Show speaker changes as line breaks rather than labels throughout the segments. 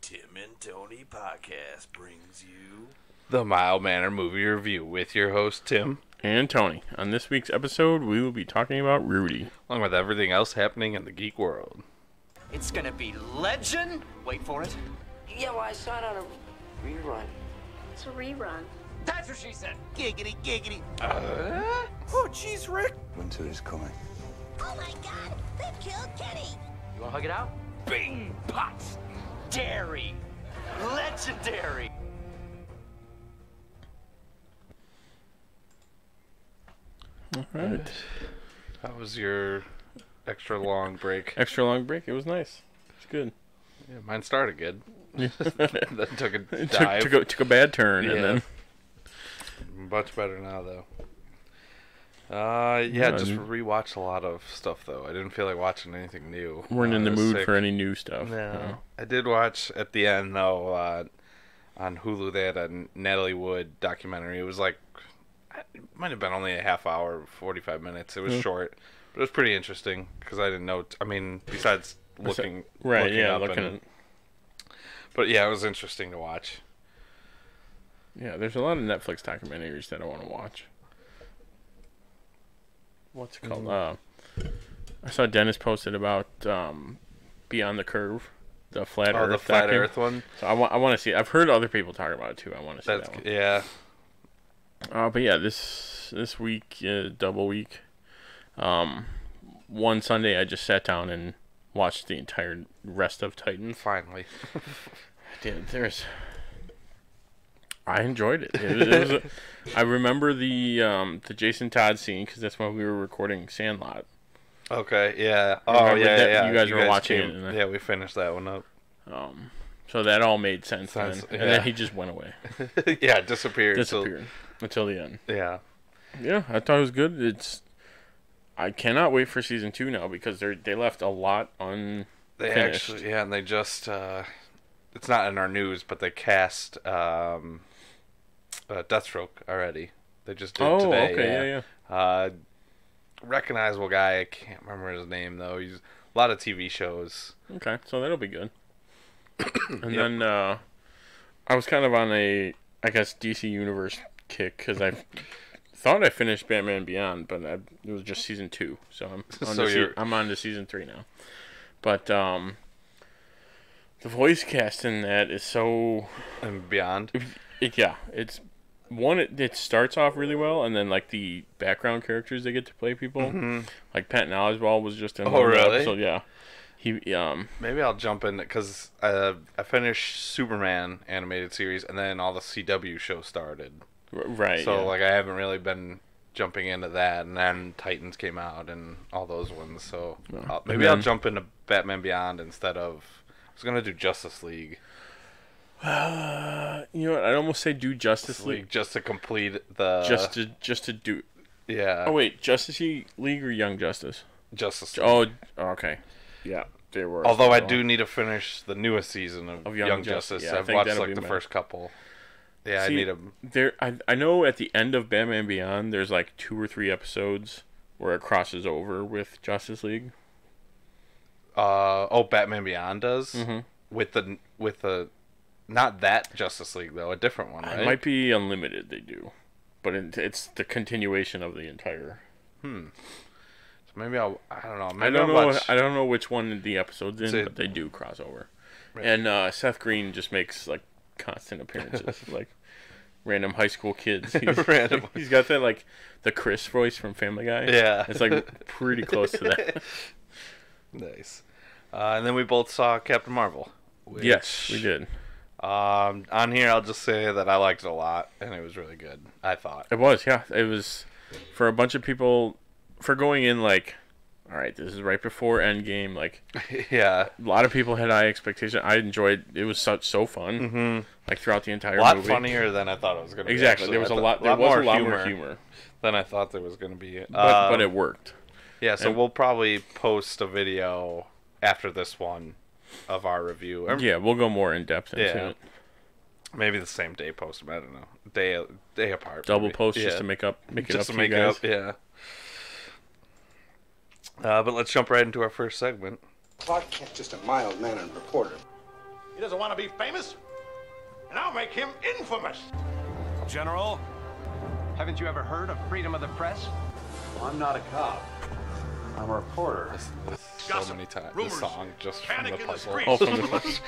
Tim and Tony podcast brings you
The Mild Manner Movie Review with your host, Tim,
and Tony. On this week's episode, we will be talking about Rudy.
along with everything else happening in the geek world.
It's gonna be legend. Wait for it.
Yeah, well, I saw it on a rerun.
It's a rerun.
That's what she said.
Giggity, giggity.
Winter is coming.
Oh my god, they've killed Kenny!
You wanna hug it out? Bing pots. Dairy. Legendary.
All right.
How was your extra long break?
Extra long break. It was nice. It's good.
Yeah, mine started good. then took a
It took,
dive.
took, a, took a bad turn,
Yeah.
and then
Much better now, though. Uh, yeah,
Yeah,
just
I'm-
rewatched a lot of stuff, though. I didn't feel like watching anything new.
weren't
Uh,
in the
I was
mood
sick.
for any new stuff.
No. I did watch at the end though uh, on Hulu they had a Natalie Wood documentary. It was like it might have been only a half hour, forty five minutes. It
Hmm.
was short, but it was pretty interesting because I didn't know. T- I mean, besides looking
Right?
looking
yeah.
up
Looking.
and-
at-
but yeah, it was interesting to watch.
yeah. There's a lot of Netflix documentaries that I want to watch. What's it called? Uh, I saw Dennis posted about um, Beyond the Curve, the flat
Oh,
Earth.
the flat
docu-
Earth one.
So I want. I want to see. I've heard other people talk about it too. I want to see
That's
that one.
yeah.
Uh, but yeah, this this week, uh, double week. Um, one Sunday, I just sat down and watched the entire rest of Titans.
Finally,
Dude, there's. I enjoyed it. It was- it was a- I remember the um, the Jason Todd scene because that's when we were recording Sandlot.
okay, yeah. Oh
Remember
yeah,
that-
yeah.
you guys were watching
came-
it, and I-
yeah, we finished that one up.
um, So that all made sense
Sounds-
then. And then
yeah.
he just went away,
yeah, it disappeared. so-
disappeared until the end.
yeah.
Yeah, I thought it was good. It's I cannot wait for season two now because they they left a lot on.
They
finished.
actually, yeah, and they just, uh, it's not in our news, but they cast um, uh, Deathstroke already. They just did
Oh,
today.
okay, yeah,
yeah. Uh, recognizable guy. I can't remember his name though. He's a lot of TV shows.
Okay, so that'll be good. and then uh, I was kind of on a I guess DC Universe kick because I thought I finished Batman Beyond, but I, it was just season two, so I'm on
So
to se-
you're-
I'm on to season three now. But um, the voice cast in that is so
And beyond,
It, yeah, it's one. It, it starts off really well, and then like the background characters they get to play people, like Patton Oswalt was just in.
Mm-hmm. Oh,
one
really?
episode, yeah, he um
maybe I'll jump in because uh, I finished Superman animated series, and then all the CW shows started.
r- right.
So
yeah.
like I haven't really been jumping into that, and then Titans came out and all those ones. So I'll- maybe I'll
then-
jump into Batman Beyond instead of. I was gonna do Justice League,
you know, what? I'd almost say do Justice League,
just to complete the
just to just to do.
yeah
Oh wait, Justice League or Young Justice?
Justice. League.
Oh, okay, yeah, they were.
Although I do need to finish the newest season of,
Of
Young,
Young Jus-
Justice,
yeah, I
I've
think
watched
that'll
like
be
the
my-
first couple. Yeah,
See,
I need a
there. I I know at the end of Batman Beyond, there's like two or three episodes where it crosses over with Justice League.
uh oh Batman Beyond does
Mm-hmm.
with the with the not that Justice League though a different one right
It might be unlimited. They do, but it, it's the continuation of the entire.
maybe I'll I don't know
I
maybe
don't
I'll
know.
watch-
I don't know which one the episodes in,
So-
but they do cross over. And uh, Seth Green just makes like constant appearances, like random high school kids. He's,
Random.
He's got that like the Chris voice from Family Guy.
Yeah.
it's like pretty close to that.
Nice. Uh, and then we both saw Captain Marvel. which,
yes, we did.
Um, on here, I'll just say that I liked it a lot, and it was really good. I thought.
It was, yeah. It was for a bunch of people for going in like, all right, this is right before Endgame, like.
yeah,
a lot of people had high expectations. I enjoyed it was such so fun. Mm-hmm. Like throughout the entire
a lot
movie.
funnier than I thought it was going to be.
Exactly.
actually.
there was
I
a
thought-
lot. There was a lot more humor,
than I thought there was going to be. Um,
but, but it worked.
yeah, so we'll probably post a video after this one of our review. Or
Yeah, we'll go more in depth into
Yeah.
it.
Maybe the same day post them. I don't know. Day day apart.
Double
maybe.
post
Yeah.
just to make up, make it
just
up
to
to you
make it
guys.
up. Yeah. Uh, but let's jump right into our first segment.
Clark Kent's just a mild-mannered reporter.
He doesn't want to be famous, and I'll make him infamous.
General, haven't you ever heard of freedom of the press? Well, I'm not a cop. I'm a reporter.
so many times. The
rumors,
song just from
panic
the
in the
puzzle.
streets.
Oh, from the first.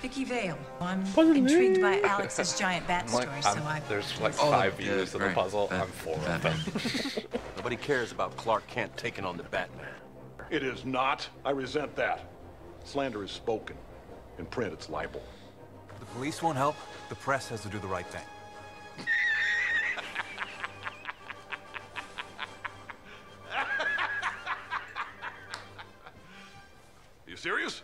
Vicky Vale. I'm intrigued by Alex's giant bat
I'm like,
story, so I
I'm, there's like five views of the puzzle. I'm four of them.
Nobody cares about Clark Kent taking on the Batman.
It is not. I resent that. Slander is spoken. In print, it's libel.
The police won't help. The press has to do the right thing.
Are you serious?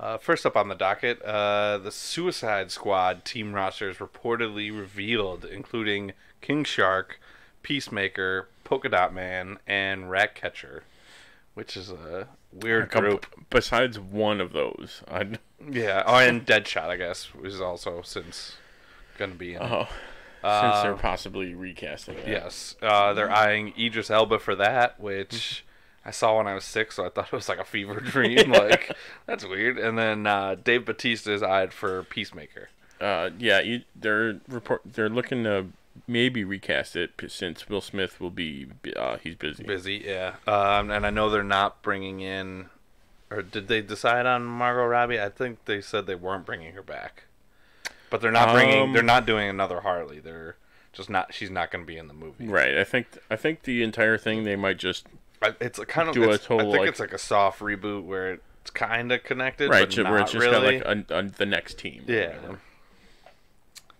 Uh, first up on the docket, uh, the Suicide Squad team rosters reportedly revealed, including King Shark, Peacemaker, Polka Dot Man, and Ratcatcher, which is a weird group.
Besides one of those, I'd,
Yeah. Oh, and Deadshot, I guess, was also since gonna be in. it.
oh, since
Uh,
they're possibly recasting it.
Yes. Uh,
Mm-hmm.
they're eyeing Idris Elba for that, which I saw when I was six, so I thought it was like a fever dream. Like that's weird. And then uh, Dave Batista is eyed for Peacemaker.
Uh, yeah, you, they're report. They're looking to maybe recast it p- since Will Smith will be. bu- Uh, he's busy.
Busy, yeah. Um, and I know they're not bringing in, or did they decide on Margot Robbie? I think they said they weren't bringing her back, but they're not bringing.
Um,
they're not doing another Harley. They're just not. She's not going to be in the movie.
Right. I think. I think the entire thing they might just
I- It's a kind of.
Do a
it's- I
total,
think
like-
it's like a soft reboot where it's kind of connected,
right
But
ju-
not
where it's just
really.
got like a, a, the next team. or
yeah.
whatever.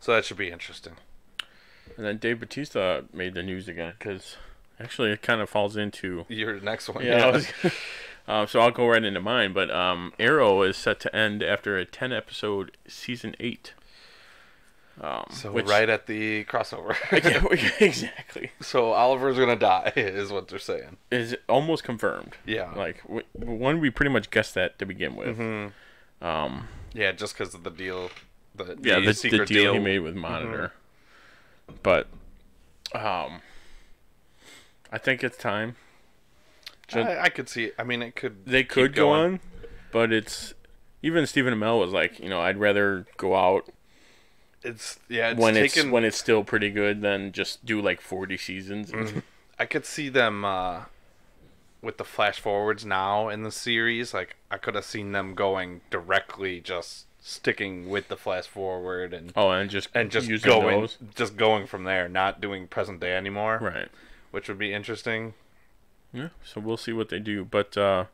So that should be interesting.
And then Dave Batista made the news again because actually it kind of falls into.
Your next one.
Yeah. I was- uh, so I'll go right into mine, but um, Arrow is set to end after a ten episode season eight.
so
which-
right at the crossover.
Yeah, exactly.
so Oliver's gonna die, is what they're saying.
is almost confirmed.
Yeah.
Like w- one, we pretty much guessed that to begin with.
Yeah, just because of the deal. The,
Yeah, the, the,
secret
deal, he made with Monitor. But, um, I think it's time Ju-
I, I could see. I mean, it could.
they
keep
could go
going.
on, but it's even Stephen Amell was like, you know, I'd rather go out
It's yeah. It's
when
taken,
it's when it's still pretty good than just do like forty seasons.
Mm-hmm. I could see them uh, with the flash forwards now in the series. Like I could have seen them going directly, just sticking with the flash forward and
oh, and just
and just
using
going,
those.
just going from there, not doing present day anymore.
right.
Which would be interesting.
Yeah, so we'll see what they do. But uh,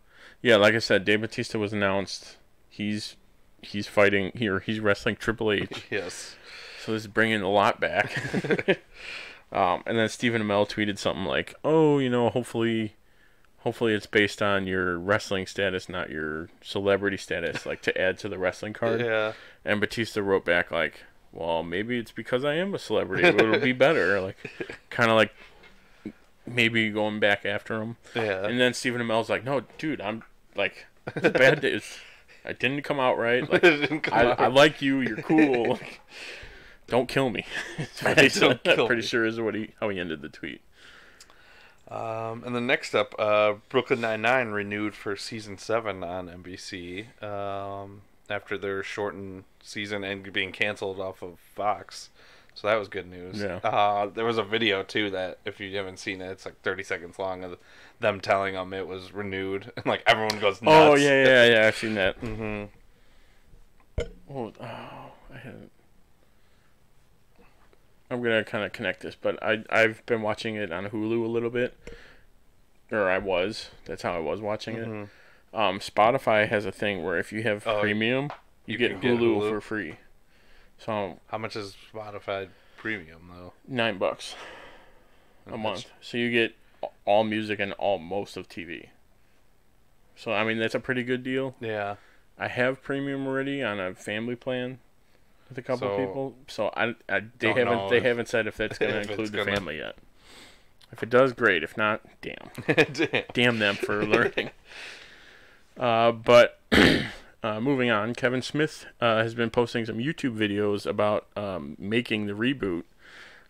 yeah, like I said, Dave Batista was announced. He's he's fighting here. He's wrestling Triple H.
Yes.
so this is bringing a lot back. um, and then Stephen Amell tweeted something like, "Oh, you know, hopefully, hopefully it's based on your wrestling status, not your celebrity status, like to add to the wrestling card."
Yeah.
And Batista wrote back like, "Well, maybe it's because I am a celebrity. It'll be better." Like, kind of like maybe going back after him.
Yeah.
And then Stephen Amell's like, "No, dude, I'm like, it's a bad day. It's, I didn't come out right. Like,
Didn't come
I,
out
I like you. You're cool. Like, don't kill me." That's what he
Don't
said. I'm
kill
pretty
me.
sure is what he how he ended the tweet.
Um, and then next up, uh, Brooklyn Nine Nine renewed for season seven on NBC um, after their shortened season and being canceled off of Fox. So that was good news.
Yeah.
Uh, there was a video too that if you haven't seen it, it's like thirty seconds long of them telling them it was renewed, and like everyone goes nuts.
Oh yeah, yeah, yeah. I've seen that. Mm-hmm. Oh, oh, I haven't. I'm gonna kind of connect this, but I I've been watching it on Hulu a little bit, or I was. That's how I was watching it. Um, Spotify has a thing where if you have
Mm-hmm. Oh,
premium, you,
you
get,
can get
Hulu
Hulu.
for free. So
How much is Spotify Premium though?
nine bucks a month. So you get all music and all most of TV. So I mean that's a pretty good deal.
Yeah.
I have premium already on a family plan with a couple
So-
people. So I, I they
Don't know
haven't they
if-
haven't said if that's going to
if it's
include the
gonna-
family yet. If it does, great. If not, damn, damn them for learning. Uh, but uh, moving on, Kevin Smith uh, has been posting some YouTube videos about um, making the reboot.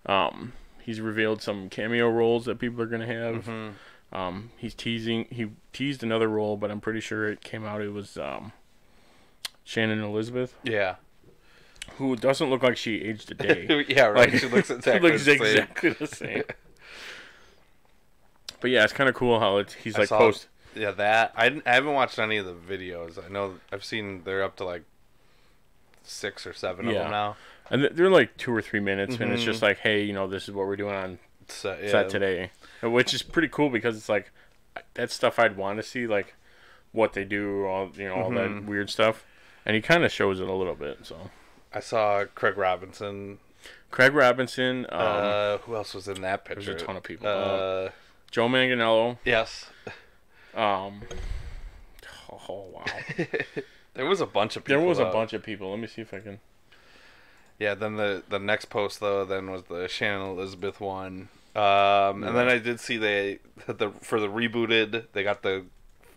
Um, he's revealed some cameo roles that people are going to have.
Mm-hmm.
Um, he's teasing. He teased another role, but I'm pretty sure it came out. It was um, Shannon Elizabeth,
Yeah.
who doesn't look like she aged a day.
yeah, right.
Like,
she looks
she
exactly
looks
the same.
exactly the same. but yeah, it's kind of cool how it's, he's
I
like
saw-
post.
Yeah, that I, didn't- I haven't watched any of the videos. I know I've seen they're up to like six or seven of
Yeah.
them now.
And th- they're like two or three minutes, and it's just like, hey, you know, this is what we're doing on
So, Mm-hmm. yeah,
set today, Uh, which is pretty cool because it's like that's stuff I'd want to see, like what they do, all you know, all
Mm-hmm.
that weird stuff. And he kind of shows it a little bit. So
I saw Craig Robinson.
Craig Robinson, um,
uh, who else was in that
was
picture?
a ton of people.
Uh,
Joe Manganello.
yes,
Um, oh wow,
there was a bunch of people.
there was a
though.
bunch of people. Let me see if I can.
Yeah. Then the the next post though then was the Shannon Elizabeth one. Um, and then I did see they the for the rebooted they got the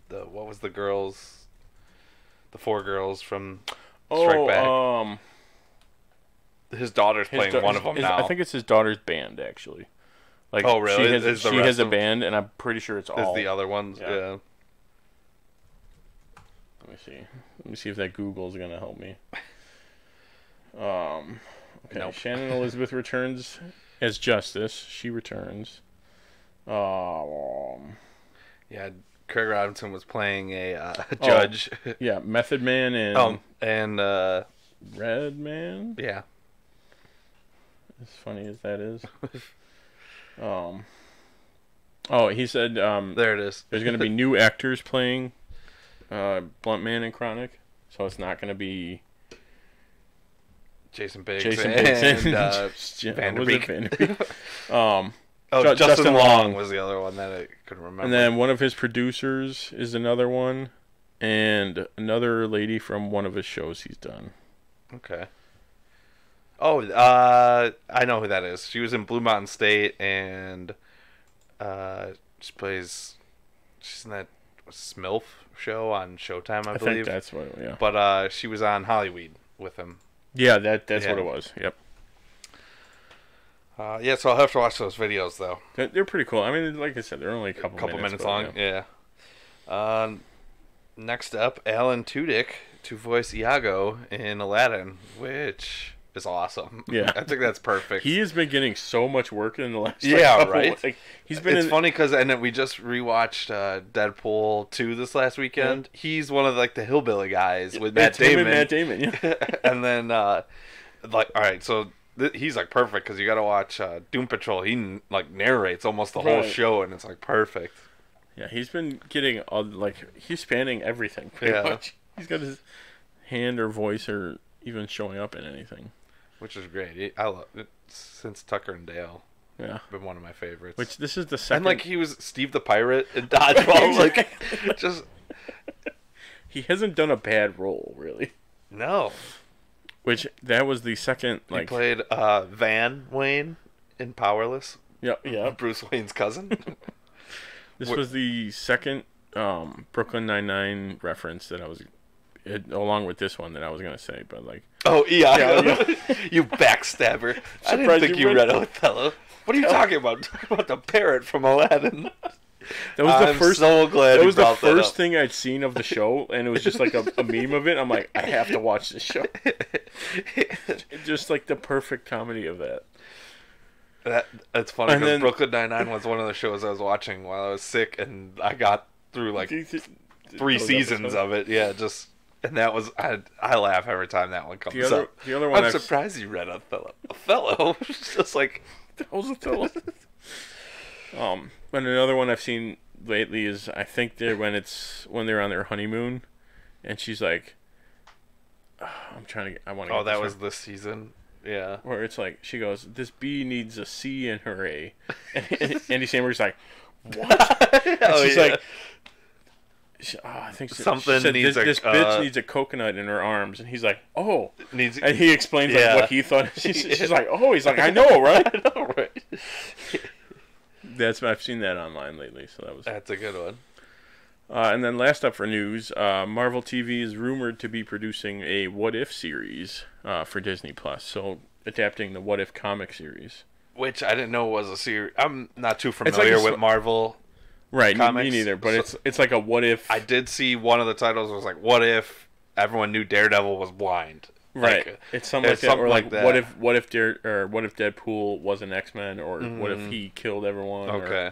the what was the girls the four girls from Strike
Oh,
Back.
um,
his daughter's
his
playing
da-
one
his-
of them
his-
now.
I think it's his daughter's band actually. Like,
Oh, really?
She has,
Is the
she
rest
has a
of-
band, and I'm pretty sure it's
is
all
the other ones.
Yeah.
Yeah.
Let me see. Let me see if that Google's gonna help me. Um. Okay.
Nope.
Shannon Elizabeth returns as Justice. She returns. Um.
Yeah. Craig Robinson was playing a uh,
Oh.
judge.
Yeah, Method Man and
um, and uh,
Red Man.
yeah,
As funny as that is. um. Oh, he said um,
there it is.
there's gonna be new actors playing uh, Blunt Man and Chronic, so it's not gonna be
Jason Biggs.
Jason
and,
Bates and
uh,
Jim-
Van Der
was it
Beek.
Van Der Beek? um.
oh,
Ju-
Justin,
Justin
Long,
Long.
was the other one that I couldn't remember.
And then one of his producers is another one, and another lady from one of his shows he's done.
okay. Oh, uh, I know who that is. She was in Blue Mountain State, and uh, she plays. She's in that Smilf show on Showtime, I,
I,
believe.
think that's what. Yeah,
But uh, she was on Hollyweed with him.
yeah, that that's
Yeah.
what it was. Yep,
Uh, yeah, so I'll have to watch those videos though.
They're- they're pretty cool. I mean, like I said, they're only a couple,
A couple minutes,
minutes, but,
long.
yeah.
Yeah. Um, next up, Alan Tudyk to voice Iago in Aladdin, which is awesome.
Yeah.
I think that's perfect.
He has been getting so much work in the last. like,
Yeah,
couple-
right?
Like, he's been.
it's
in,
funny 'cause funny because and then we just rewatched uh, Deadpool two this last weekend. He's one of like the hillbilly guys with Matt
it's him
Damon.
and Matt Damon. Yeah.
and then uh like all right so th- he's like perfect because you gotta watch uh, doom patrol he n- like narrates almost the whole
Right.
show and it's like perfect
yeah, he's been getting all like he's spanning everything pretty
Yeah.
much. He's got his hand or voice or even showing up in anything.
which is great He- i love it since tucker and dale
Yeah.
been one of my favorites
Which this is the second. Oh,
and like he was steve the pirate in dodgeball like just
he hasn't done a bad role really.
no
Which that was the second
he
like
played uh van wayne in powerless Uh,
yeah yeah.
bruce wayne's cousin
This
Wh-
was the second um, Brooklyn Nine Nine reference that I was it, along with this one that I was gonna say, but like
oh iago you backstabber i didn't
Surprised
think
you
you read
read-
othello what are you talking about talking about the parrot from aladdin
that was the
I'm
first.
so glad
that
you
was the
brought that
first
up.
thing I'd seen of the show, and it was just like a, a meme of it. I'm like, I have to watch this show. just like the perfect comedy of that.
That that's funny
And
because
then-
Brooklyn Nine Nine was one of the shows I was watching while I was sick, and I got through like three
Those
seasons
episodes.
of it. Yeah, just and that was I I laugh every time that one comes
The other,
up.
the other one
I'm
I've-
surprised you read Othello. Othello, It's just like
That was a pillow. um, and another one I've seen lately is I think they're when it's when they're on their honeymoon, and she's like, I'm trying to. Get, I want to.
oh, that was this season. Yeah,
where it's like she goes, "This bee needs a C in her A," and Andy Samberg's like,
oh,
she's
yeah.
like. she- oh, I think she- she
Something
said,
needs
this,
a-
this bitch
uh,
needs a coconut in her arms, and he's like, "Oh,"
needs.
and he explains
Yeah.
like what he thought. She's, she's like, "Oh," he's like, "I know, right?"
I know, right?
That's I've seen that online lately, so that was
That's a good one.
Uh, and then last up for news, uh, Marvel TV is rumored to be producing a What If series uh, for Disney Plus. So adapting the What If comic series.
Which I didn't know was a series. I'm not too
like a
familiar
sw-
with Marvel.
Right, n- me
comics.
neither. But
So-
it's it's like a what if.
I did see one of the titles was like, "What if everyone knew Daredevil was blind?"
right,
Like,
it's something like
it's
that.
something
or like,
like that.
what if what if Dare, or what if Deadpool was an X Men or what if he killed everyone? or-
Mm-hmm. Okay,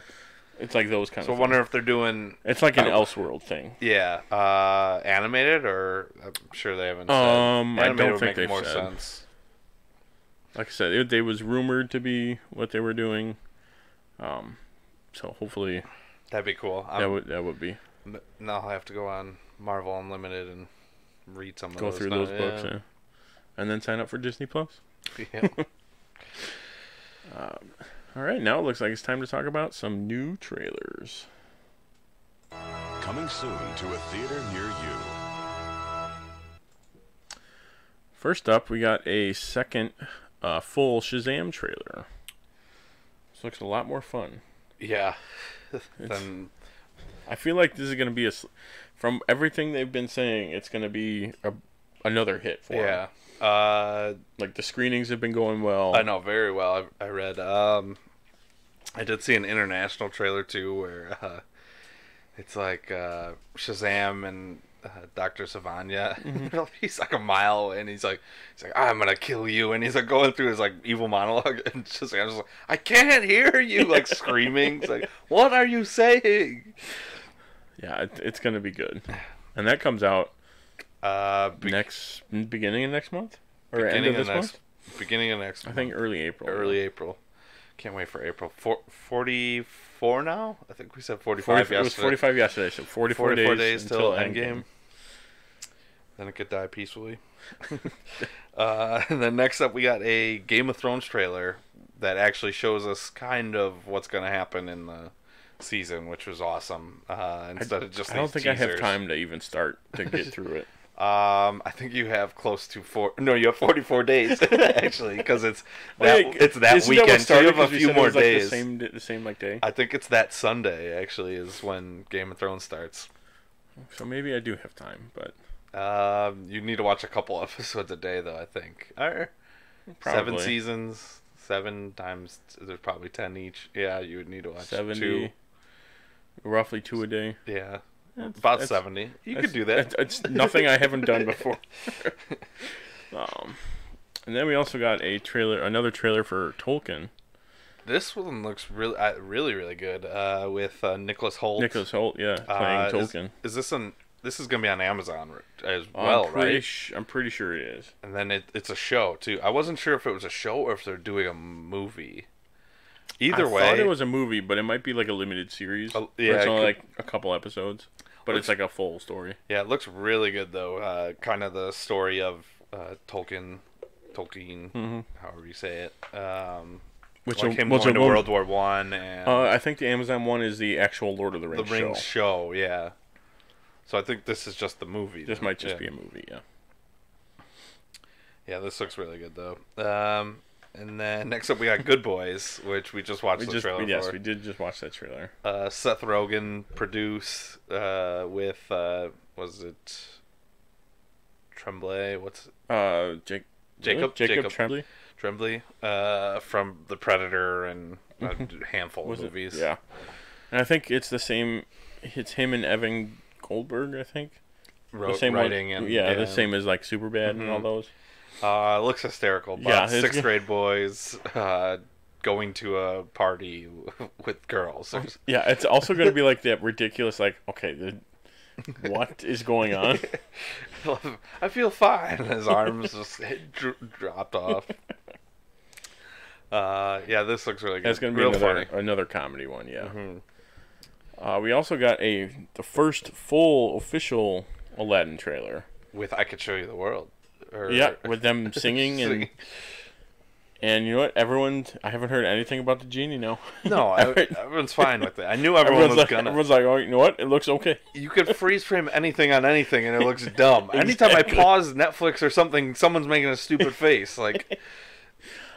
it's like those kind
so I
of.
wonder if they're doing
things. It's like an
I-
Elseworld thing.
yeah uh, animated or I'm sure they haven't. said.
Um, I
Animated
don't
would
think
make
they've
more
said.
sense.
Like I said, it, they was rumored to be what they were doing. Um, so hopefully
That'd be cool. i
that would that would be
now I'll have to go on Marvel Unlimited and read some of
go
those.
through
now.
those books, yeah. and then sign up for Disney Plus.
Yeah.
All right, now it looks like it's time to talk about some new trailers.
Coming soon to a theater near you.
First up, we got a second uh, full Shazam trailer. This looks a lot more fun.
yeah. then
I feel like this is going to be a, s- from everything they've been saying, it's going to be a, another hit for 'em.
yeah. Uh,
Like the screenings have been going well.
I know very well. I, I read. Um, I did see an international trailer too, where uh, it's like uh, Shazam and uh, Doctor Savanya.
Mm-hmm.
he's like a mile, away and he's like, he's like, I'm gonna kill you, and he's like going through his like evil monologue, and Shazam's like, I can't hear you, like screaming. It's like, what are you saying?
Yeah, it, it's going to be good. And that comes out
Uh, be-
next beginning of next month or end
beginning
of
of,
this
next,
month.
beginning of next,
I think early April.
early April. Can't wait for April. Four, 44 now? I think we said 45
Forty- it was
yesterday.
45 yesterday, so 44,
44 days,
days,
till
end
Endgame. Then it could die peacefully. uh, and then next up, we got a Game of Thrones trailer that actually shows us kind of what's going to happen in the season, which was awesome. Uh, instead of just
I don't
these
think I have
teasers.
time to even start to get through it.
Um, I think you have close to four. No, you have forty-four days actually, because it's that, it's that
Isn't what
weekend. so you
started?
have a
'Cause we
few
said it
more
was, like,
days.
the same, d- the same like day.
I think it's that Sunday actually is when Game of Thrones starts.
So maybe I do have time, but
Um, you need to watch a couple episodes a day, though. I think. Or seven
Probably.
seasons, seven times. There's probably ten each. Yeah, you would need to watch
seventy,
two.
roughly two a day.
Yeah, about
that's-
seventy. You
That's-
could do that.
It's it's nothing I haven't done before. um, and then we also got a trailer, another trailer for Tolkien.
This one looks really, uh, really, really good. Uh, with uh, Nicholas Holt.
Nicholas Holt, yeah, playing
Uh, is-
Tolkien.
Is, this on? This is gonna be on Amazon r- as
I'm
well,
pretty
right?
su- I'm pretty sure it is.
And then it, it's a show too. I wasn't sure if it was a show or if they're doing a movie. Either
I
way,
thought it was a movie, but it might be like a limited series.
Oh,
where
yeah,
it's
it
only
could-
like a couple episodes, but it's like a full story.
Yeah, it looks really good though. Uh, kind of the story of uh, Tolkien, Tolkien,
Mm-hmm.
however you say it. Um,
Which
like him going to World War One and
Uh, I think the Amazon one is the actual Lord of the
the
Rings,
Rings show.
show.
Yeah. So I think this is just the movie.
This
then.
might just
yeah.
be a movie, yeah.
Yeah, this looks really good though. Um, and then next up we got Good Boys, which we just watched
We
the
just
trailer
yes,
for.
we did just watch that trailer.
Uh, Seth Rogen produce uh, with uh, was it Tremblay? What's
Uh, Jake,
Jacob-
Jacob,
Jacob
Tremblay
Tremblay uh, from The Predator and a handful
Mm-hmm. was
of
it?
movies.
Yeah, and I think it's the same. It's him and Evan Goldberg, I think.
Ro-
The same one-
writing and Mm-hmm.
yeah, the same as like Superbad and all those.
Uh, looks hysterical. But
Yeah, it's-
sixth grade boys uh, going to a party with girls. There's-
Yeah, it's also going to be like that ridiculous, like okay, the, what is going on?
I feel fine. His arms just dro- dropped off. Uh, yeah, this looks really good.
That's going to be
Real
another, uh,
funny. Mm-hmm.
another comedy one, yeah. Uh, we also got a the first full official Aladdin trailer.
With I could show you the world. Or,
Yeah, with them singing and
Singing.
and you know what? Everyone, I haven't heard anything about the genie now.
no, I,
Every-
everyone's fine with it. I knew everyone
everyone's
was
like,
gonna.
everyone's like, oh, you know what? It looks okay.
you could freeze frame anything on anything and it looks dumb. Anytime I
Exactly.
pause Netflix or something, someone's making a stupid face. Like,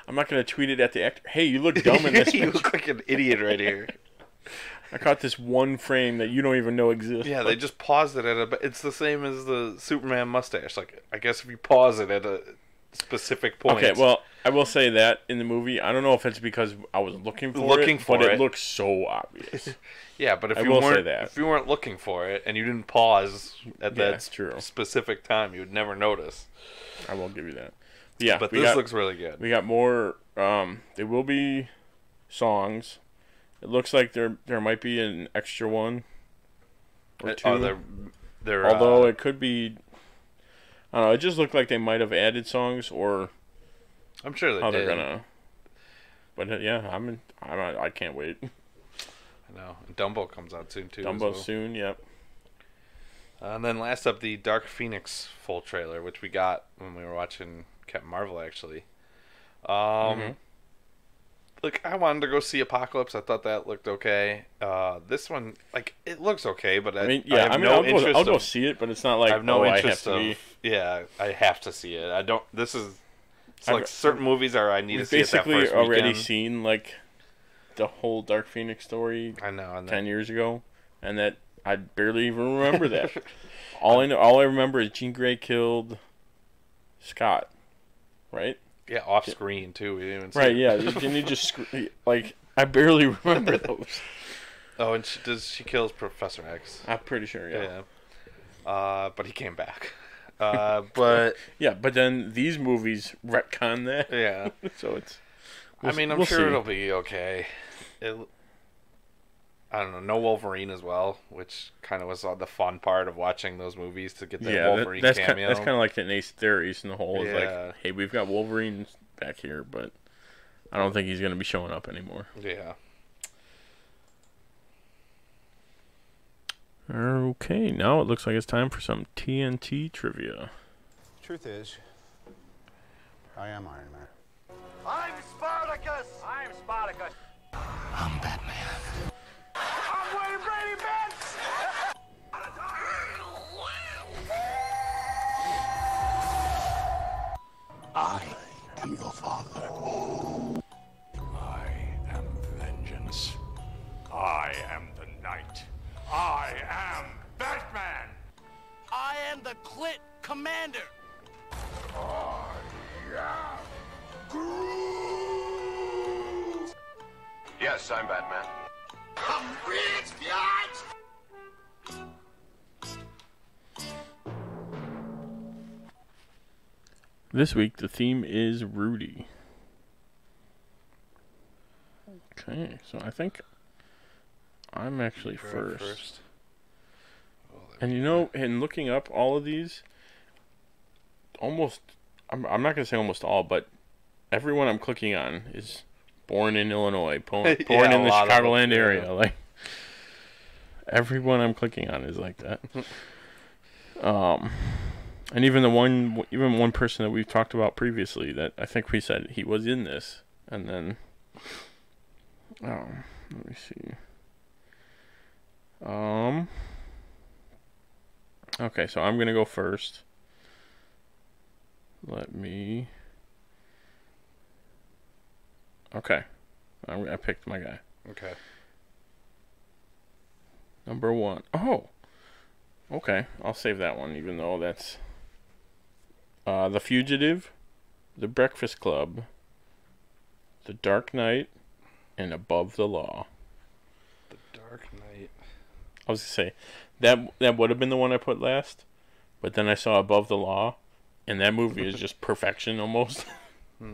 I'm not gonna tweet it at the actor. Hey, you look dumb in this.
you
picture.
look like an idiot right here.
I caught this one frame that you don't even know exists.
Yeah, they just paused it at a. It's the same as the Superman mustache. Like, I guess if you pause it at a specific point.
Okay, well, I will say that in the movie, I don't know if it's because I was looking for
Looking
it,
for
but
it.
it looks so obvious.
Yeah, but if
I
you
will say
weren't
that.
if you weren't looking for it and you didn't pause at
Yeah,
that
it's true.
specific time, you would never notice.
I will give you that. Yeah,
But
we
this
got-
looks really good.
We got more. Um, there will be songs. It looks like there there might be an extra one or
Uh,
two.
oh, they're they're
Although
uh,
it could be, I don't know. It just looked like they might have added songs or
I'm sure they
how Oh, they're
did.
gonna. But uh, yeah, I'm in, I'm uh, I can't wait.
I know. And Dumbo comes out soon too. as
Dumbo
well.
soon. Yep.
Uh, and then last up, the Dark Phoenix full trailer, which we got when we were watching Captain Marvel, actually. Um,
Mm-hmm.
Look, I wanted to go see Apocalypse. I thought that looked okay. Uh, this one, like, it looks okay, but I,
I mean,
I
yeah.
have
I, mean,
no
I'll,
interest.
go, I'll go
of-
see it, but it's not like
I have no
oh,
interest
I have
of.
to be.
Yeah, I have to see it. I don't. This is. It's
I've-
like certain movies are I need to
We've
see it that
basically
first
already
weekend.
seen like the whole Dark Phoenix story
I know. And
ten years ago, and that I barely even remember that. all I know, all I remember is Jean Grey killed Scott, right?
yeah, off screen too. We didn't even see
Right?
it.
Yeah. Didn't he just scre- like? I barely remember those.
Oh, and she does. She kills Professor X.
I'm pretty sure. Yeah. yeah.
Yeah. Uh, but he came back. Uh, but
but then these movies retcon that,
yeah,
so it's.
I mean, I'm
we'll
sure
see.
it'll be okay. It, I don't know. No Wolverine as well, which kind of was all the fun part of watching those movies to get that
yeah, that-
Wolverine
that's kind,
cameo.
that's kind of like an Ace Theories in the whole. Is
Yeah.
like, hey, we've got Wolverine back here, but I don't think he's gonna be showing up anymore.
yeah.
Okay, now it looks like it's time for some TNT trivia.
Truth is, I am Iron Man.
I'm Spartacus. I'm Spartacus.
I'm Batman.
I'm Wayne Brady, bitch.
I am your father.
I am vengeance. I am the knight. I am Batman.
I am the Clit Commander.
Yes, I'm Batman.
This week the theme is Rudy. Okay, so I think I'm actually
Sure,
first. And you know, in looking up all of these, almost I'm I'm not gonna say almost all, but everyone I'm clicking on is born in Illinois, born,
Yeah,
born in
a
the
lot of them,
Chicagoland
yeah.
area. Like everyone I'm clicking on is like that. um, and even the one even one person that we've talked about previously that I think we said he was in this, and then um, let me see. Um. Okay, so I'm gonna go first. Let me. Okay, I, I picked my guy.
Okay.
Number one. Oh. Okay, I'll save that one, even though that's. Uh, the Fugitive, The Breakfast Club, The Dark Knight, and Above the Law.
The Dark Knight.
I was gonna say that that would have been the one I put last, but then I saw Above the Law, and that movie is just perfection almost.
The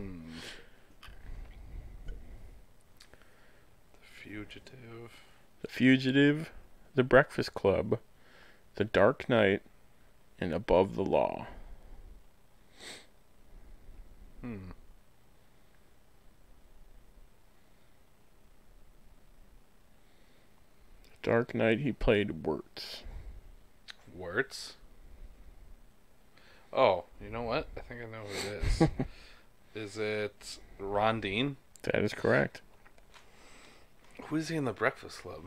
Fugitive.
The Fugitive, The Breakfast Club, The Dark Knight, and Above the Law.
Hmm.
Dark Knight, he played Wirtz.
Wertz. Oh, you know what? I think I know who it is. is it Ron Dean?
That is correct.
Who is he in the Breakfast Club?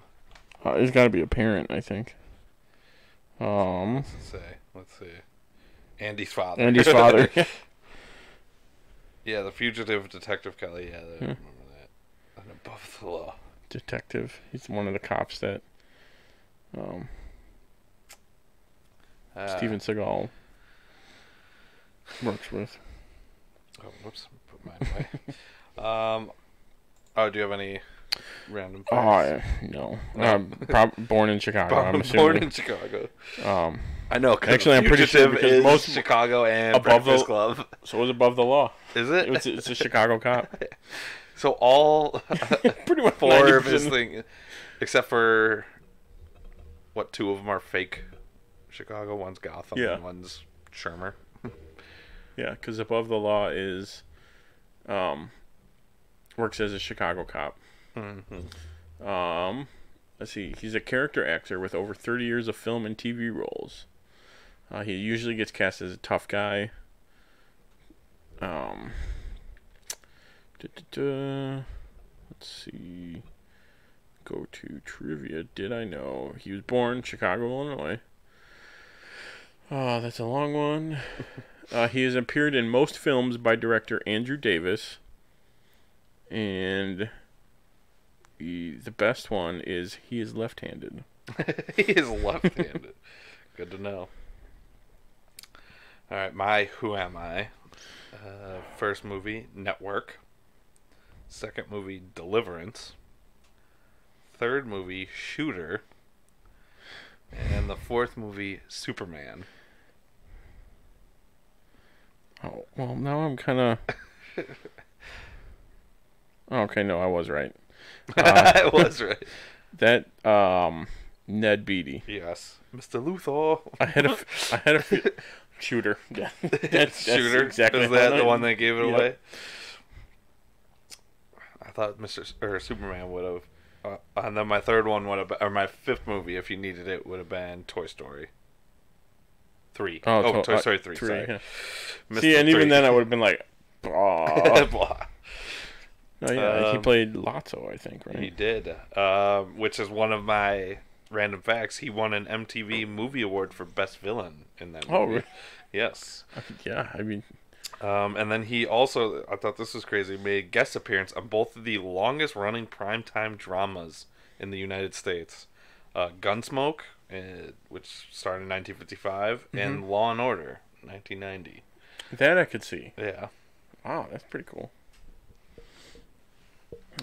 Uh, there's got to be a parent, I think. Um,
Let's say. Let's see. Andy's father.
Andy's father.
yeah, the fugitive detective Kelly. Yeah,
Hmm.
I remember that. And above the law.
Detective. He's one of the cops that um,
Ah,
Uh. Steven Seagal works with.
Oh, whoops, put mine away. um, oh, do you have any random?
Oh,
facts?
I- no. Um, prob- born in Chicago, I'm
Born-
assuming.
born in Chicago.
Um,
I know. 'cause
Actually, I'm pretty sure
Fugitive
because
is
most
Chicago and Breakfast Club.
So it was above the law.
Is it?
It's, it's a Chicago cop.
So all pretty
much
four of
90%.
his thing, except for what two of them are fake Chicago. One's Gotham.
Yeah.
And one's Shermer.
Yeah, because above the law is, um, works as a Chicago cop. Mm-hmm. Um, let's see. He's a character actor with over 30 years of film and TV roles. Uh, he usually gets cast as a tough guy. Um, duh-duh-duh. let's see. Go to trivia. Did I know he was born Chicago, Illinois? Oh, that's a long one. Uh, he has appeared in most films by director Andrew Davis, and he, the best one is he is left-handed.
he is left-handed. Good to know. All right, my who am I? Uh, first movie Network. Second movie Deliverance. Third movie Shooter. And the fourth movie Superman.
Oh well, now I'm kind of. okay, no, I was right.
I was right.
That um, Ned Beatty.
Yes, Mr. Luthor.
I had a, f- I had a fe- shooter. Yeah, that's, that's
Shooter?
Exactly.
Is
how
that the
I-
one that gave it
Yep.
away? I thought Mr. S- or Superman would have, uh, and then my third one would have, been- or my fifth movie, if you needed it, would have been Toy Story. Three. Oh,
to-
Toy
uh,
Story three. sorry.
yeah.
Missed
See,
the
and even
three.
then, I would have been like, "Aw."
Blah.
No, yeah, he
Um,
played Lotso, I think, right?
He did, um, which is one of my random facts. He won an MTV Movie Award for Best Villain in that movie.
Oh, really?
Yes.
yeah, I mean,
Um, and then he also, I thought this was crazy, made guest appearance on both of the longest running primetime dramas in the United States uh, Gunsmoke, uh, which started in 1955,
Mm-hmm.
and Law and Order, 1990.
that I could see.
Yeah.
Wow, that's pretty cool.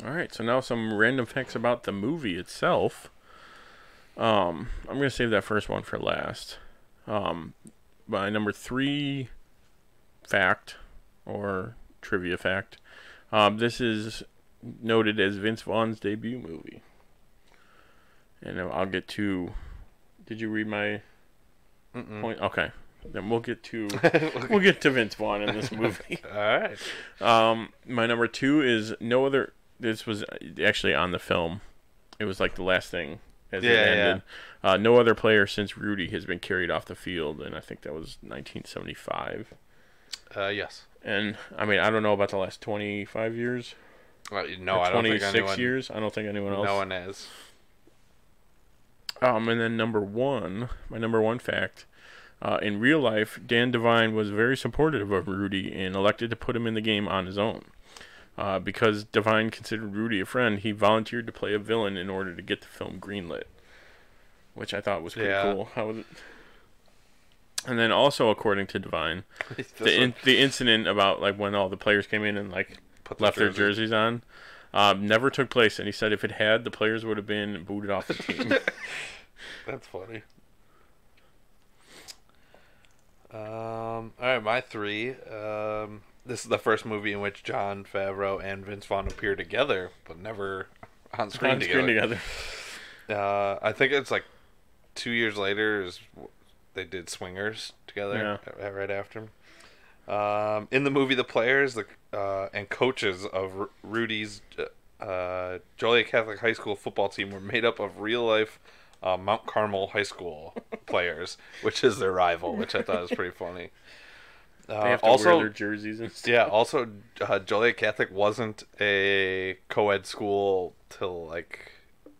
All right, so now some random facts about the movie itself. Um, I'm gonna save that first one for last. Um, my number three fact or trivia fact. Um, this is noted as Vince Vaughn's debut movie, and I'll get to. Did you read my point? Okay, then we'll get to we'll get to Vince Vaughn in this movie.
All right.
Um, my number two is no other. This was actually on the film. It was like the last thing as
Yeah,
it
yeah.
ended. Uh, no other player since Rudy has been carried off the field, and I think that was 1975.
Uh, yes.
And I mean, I don't know about the last 25 years.
Uh, no,
or
I don't think
26
anyone.
years. I don't think anyone else.
No one has.
Um, and then number one, my number one fact. Uh, in real life, Dan Devine was very supportive of Rudy and elected to put him in the game on his own. Uh, because Devine considered Rudy a friend, he volunteered to play a villain in order to get the film greenlit, which I thought was pretty
Yeah.
cool. How was it? And then also, according to Devine,
This
the in-
one-
the incident about like when all the players came in and like
Put their
left their
jersey.
jerseys on um, never took place, and he said if it had, the players would have been booted off the team.
That's funny. Um, all right, my three. Um, this is the first movie in which John Favreau and Vince Vaughn appear together, but never on screen
on
together.
screen together.
Uh, I think it's like two years later is they did Swingers together uh, right after. Um, in the movie, the players the uh, and coaches of Ru- Rudy's uh, Joliet Catholic High School football team were made up of real life uh, Mount Carmel High School players, which is their rival, which I thought was pretty funny. Uh,
They have to
also,
wear their jerseys and stuff.
yeah. Also, uh, Joliet Catholic wasn't a co-ed school till like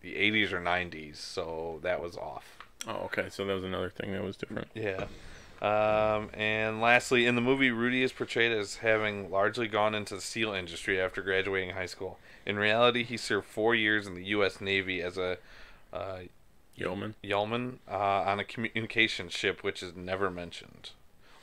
the '80s or '90s, so that was off.
Oh, okay. So that was another thing that was different.
Yeah. Um, and lastly, in the movie, Rudy is portrayed as having largely gone into the steel industry after graduating high school. In reality, he served four years in the U.S. Navy as a uh,
Yeoman.
yeoman uh, on a communication ship, which is never mentioned.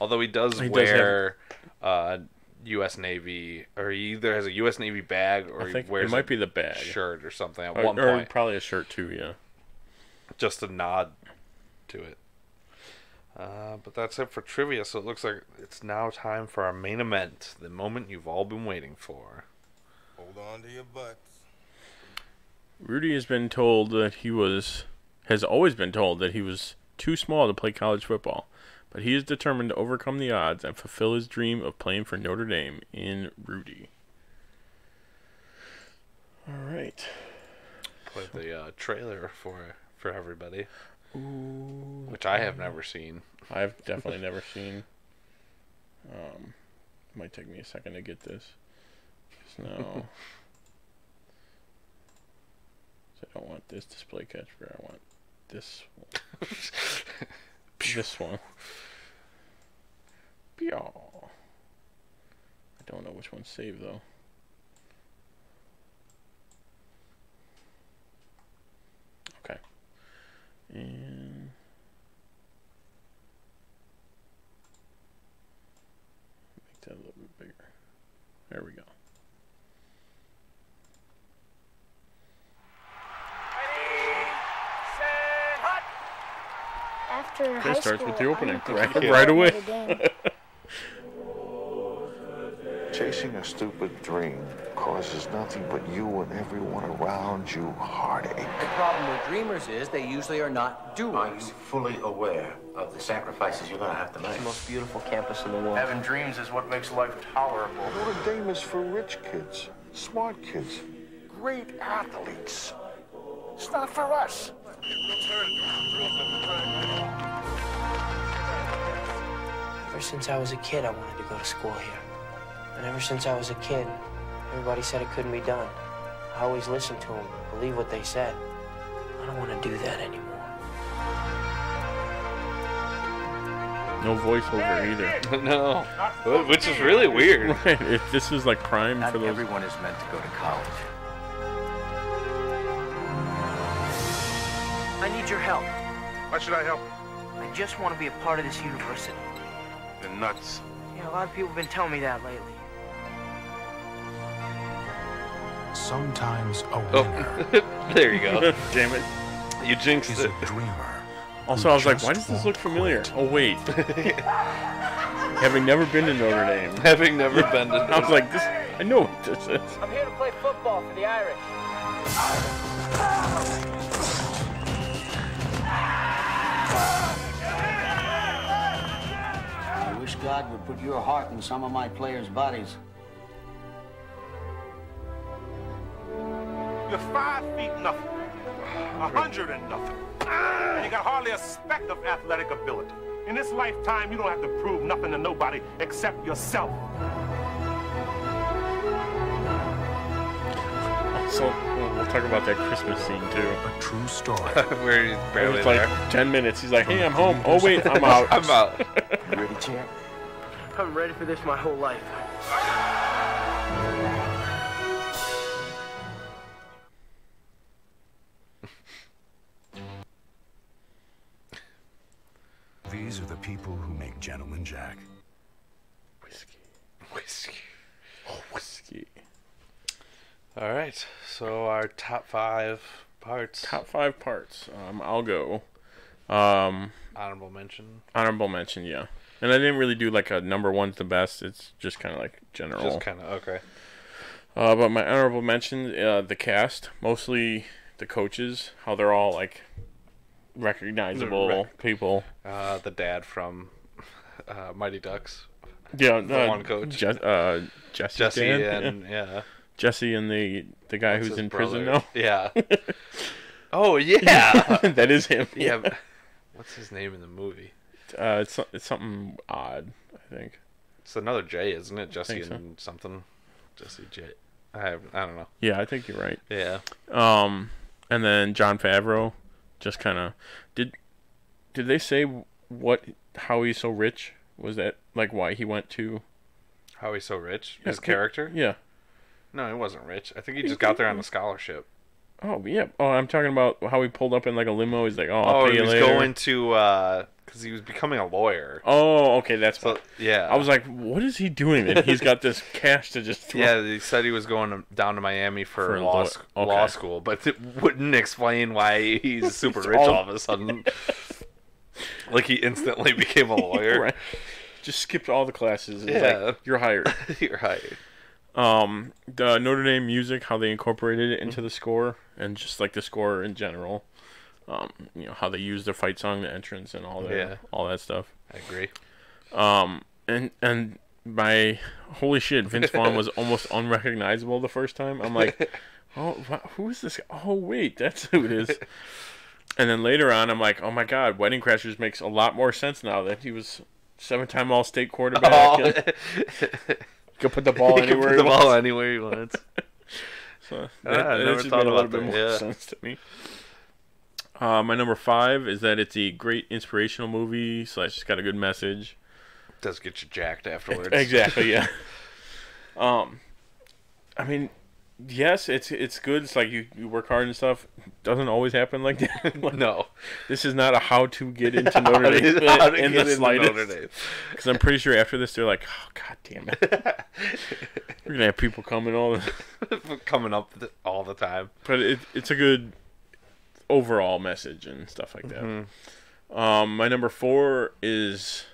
Although he does
He does
wear uh, U.S. Navy, or he either has a U.S. Navy bag or
I think
he wears
it might
a
be the bag
shirt or something at
or,
one
or
point.
probably a shirt too. Yeah.
Just a nod to it. Uh, but that's it for trivia. So it looks like it's now time for our main event, the moment you've all been waiting for.
Hold on to your butts.
Rudy has been told that he was has always been told that he was too small to play college football, but he is determined to overcome the odds and fulfill his dream of playing for Notre Dame in Rudy. All right.
Play the uh, trailer for for everybody,
Ooh.
which I have never seen.
I've definitely never seen. Um, it might take me a second to get this. 'Cause now, 'cause I don't want this display catcher. I want this. One. this one. Pew. I don't know which one's saved though. Okay. And. Make that a little bit bigger. There we go.
After
It starts with the opening right,
Yeah.
right away.
Chasing a stupid dream causes nothing but you and everyone around you heartache.
The problem with dreamers is they usually are not doers. Are you fully aware of the sacrifices you're going to have to make? It's the most beautiful campus in the world. Having dreams is what makes life tolerable.
Notre Dame is for rich kids, smart kids, great athletes.
It's not for us.
Ever since I was a kid, I wanted to go to school here. And ever since I was a kid, everybody said it couldn't be done. I always listened to them, believe what they said. I don't want to do that anymore.
No voiceover either.
no. Wh- which is really weird.
Right. If this is like prime for those.
Everyone is meant to go to college.
I need your help.
Why should I help?
I just want to be a part of this university.
The nuts.
Yeah, a lot of people have been telling me that lately.
Sometimes a
Oh, there you go.
Damn it.
You jinxed
is
it.
a dreamer.
Also, I was like, why does this look familiar? Oh wait. Having never been to Notre Dame.
Having never been to.
I was like, this. I know what this is.
I'm here to play football for the Irish.
I wish God would put your heart in some of my players' bodies.
You're five feet nothing, a hundred and nothing. And you got hardly a speck of athletic ability. In this lifetime, you don't have to prove nothing to nobody except yourself.
So we'll, we'll talk about that Christmas scene too. A
true story.
Where he's barely
it's like
there.
ten minutes. He's like, hey, I'm home. Oh wait, I'm out.
I'm out.
Ready, champ?
I'm ready for this my whole life.
These are the people who make Gentleman Jack.
Whiskey.
Oh, whiskey.
All right. So our top five parts.
Top five parts. Um, I'll go. Um,
Honorable mention.
honorable mention, yeah. And I didn't really do like a number one's the best. It's just kind of like general.
Just kind of okay.
Uh, but my honorable mention, uh, the cast, mostly the coaches, how they're all like recognizable
They're rec-
people.
Uh, the dad from uh, Mighty Ducks.
Yeah,
the
uh,
one coach.
Je- uh, Jesse,
Jesse
Dan?
and yeah.
Jesse and the the guy
That's
who's
his
in prison now.
brother. Yeah. oh yeah.
that is him.
yeah. but What's his name in the movie?
Uh, it's so- it's something odd, I think.
It's another J, isn't it? Jesse
think so.
and something. Jesse J. I have, I don't know.
Yeah, I think you're right.
Yeah.
Um, and then John Favreau, just kind of did. Did they say what? How he's so rich? Was that like why he went to?
How he's so rich?
Yeah,
His
wh-
character?
Yeah.
No, he wasn't rich. I think he just got there on a scholarship.
Oh yeah. Oh, I'm talking about how he pulled up in like a limo. He's like, oh, I'll
Oh,
pay
he
you
was
later.
going to because he was becoming a lawyer.
Oh, okay, that's
so. Yeah,
I was like, what is he doing? And he's got this cash to just throw.
Yeah, he said he was going to, down to Miami for,
For
law,
law-
sc- law
okay.
school, but it wouldn't explain why he's super
He's
rich all,
all-
of a sudden. like he instantly became a lawyer.
Right. Just skipped all the classes. It's
Yeah.
like, you're hired.
you're hired.
Um, the Notre Dame music, how they incorporated it
Mm.
into the score, and just like the score in general. Um, you know how they use their fight song, the entrance, and all that,
Yeah.
all that stuff.
I agree.
Um, and and my holy shit, Vince Vaughn was almost unrecognizable the first time. I'm like, oh, wha- who is this? Oh wait, that's who it is. And then later on, I'm like, oh my god, Wedding Crashers makes a lot more sense now that he was seven-time All-State quarterback.
Oh.
Could put the ball
He could
anywhere.
put the
he
ball
wants.
anywhere he wants. Ah,
so that,
I
that
never
just
thought
made a little
about
bit
that,
more
yeah.
sense to me. Uh, my number five is that it's a great inspirational movie slash it's got a good message.
Does get you jacked afterwards.
Exactly. Yeah. um, I mean, yes, it's it's good. It's like you, you work hard and stuff. Doesn't always happen like that. Like,
no,
this is not a how to get into Notre
How to-
Dame
how to
in
get
the
into Notre
slightest.
Dame.
Because I'm pretty sure after this they're like, oh god damn it, we're gonna have people coming all the
coming up th- all the time.
But it, it's a good overall message and stuff like that.
Mhm.
Um, my number four is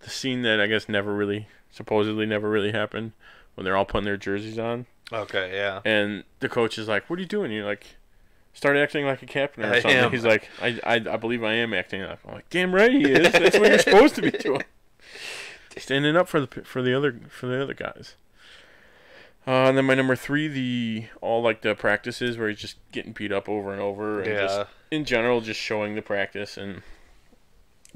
the scene that I guess never really, supposedly never really happened when they're all putting their jerseys on.
Okay, yeah.
And the coach is like, "What are you doing?" You're like, "Start acting like a captain or
I
something."
am.
He's like, I, "I I believe I am acting." Like, I'm like, "Damn right he is. That's what you're supposed to be doing." Standing up for the for the other for the other guys. Uh, and then my number three, the all like the practices where he's just getting beat up over and over, and
Yeah.
just in general, just showing the practice and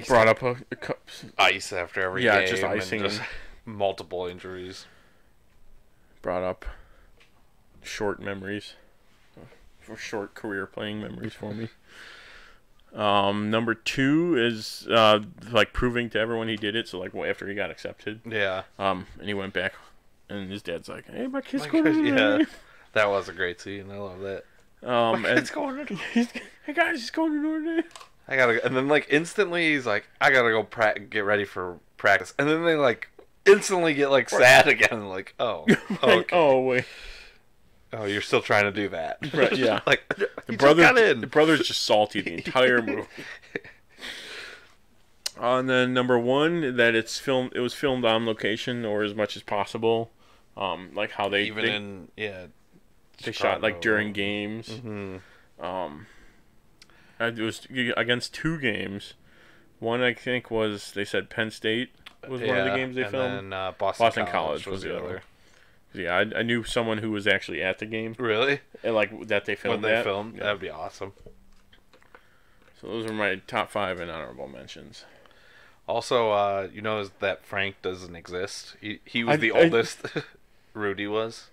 brought up a, a cup.
Ice after every
Yeah,
game.
just
and
icing
just
and-
multiple injuries.
brought up short memories for short career playing memories for me. Um, number two is uh, like proving to everyone he did it. So like well, after he got accepted,
Yeah.
Um, and he went back, and his dad's like, "Hey, my kid's
My
going
gosh,
to
yeah, that was a great scene. I love that.
Um,
My
and-
kid's going to-
Hey guys, he's going to Notre Dame.
I gotta, go. and then like instantly he's like, I gotta go pra- get ready for practice, and then they like instantly get like
Right.
sad again, like, oh,
Like,
okay.
oh wait,
oh, you're still trying to do that,
right? Yeah,
like
the
he just
brother,
got in.
the brother's just salty the entire movie. Uh, and then number one, that it's filmed. It was filmed on location or as much as possible, um, like how they
Even
they-
in yeah,
they shot like
Chicago.
during games.
Mm-hmm.
Um, I- it was against two games. One I think was they said Penn State was one of the
Yeah,
games they
and then,
filmed.
uh, Boston College was the other.
Yeah, I, I knew someone who was actually at the game.
Really?
And like that they filmed
when they
that.
filmed,
Yeah.
that'd be awesome.
So those are my top five and honorable mentions.
Also, uh, you know that Frank doesn't exist. He he was
I-
the
I-
oldest. Rudy was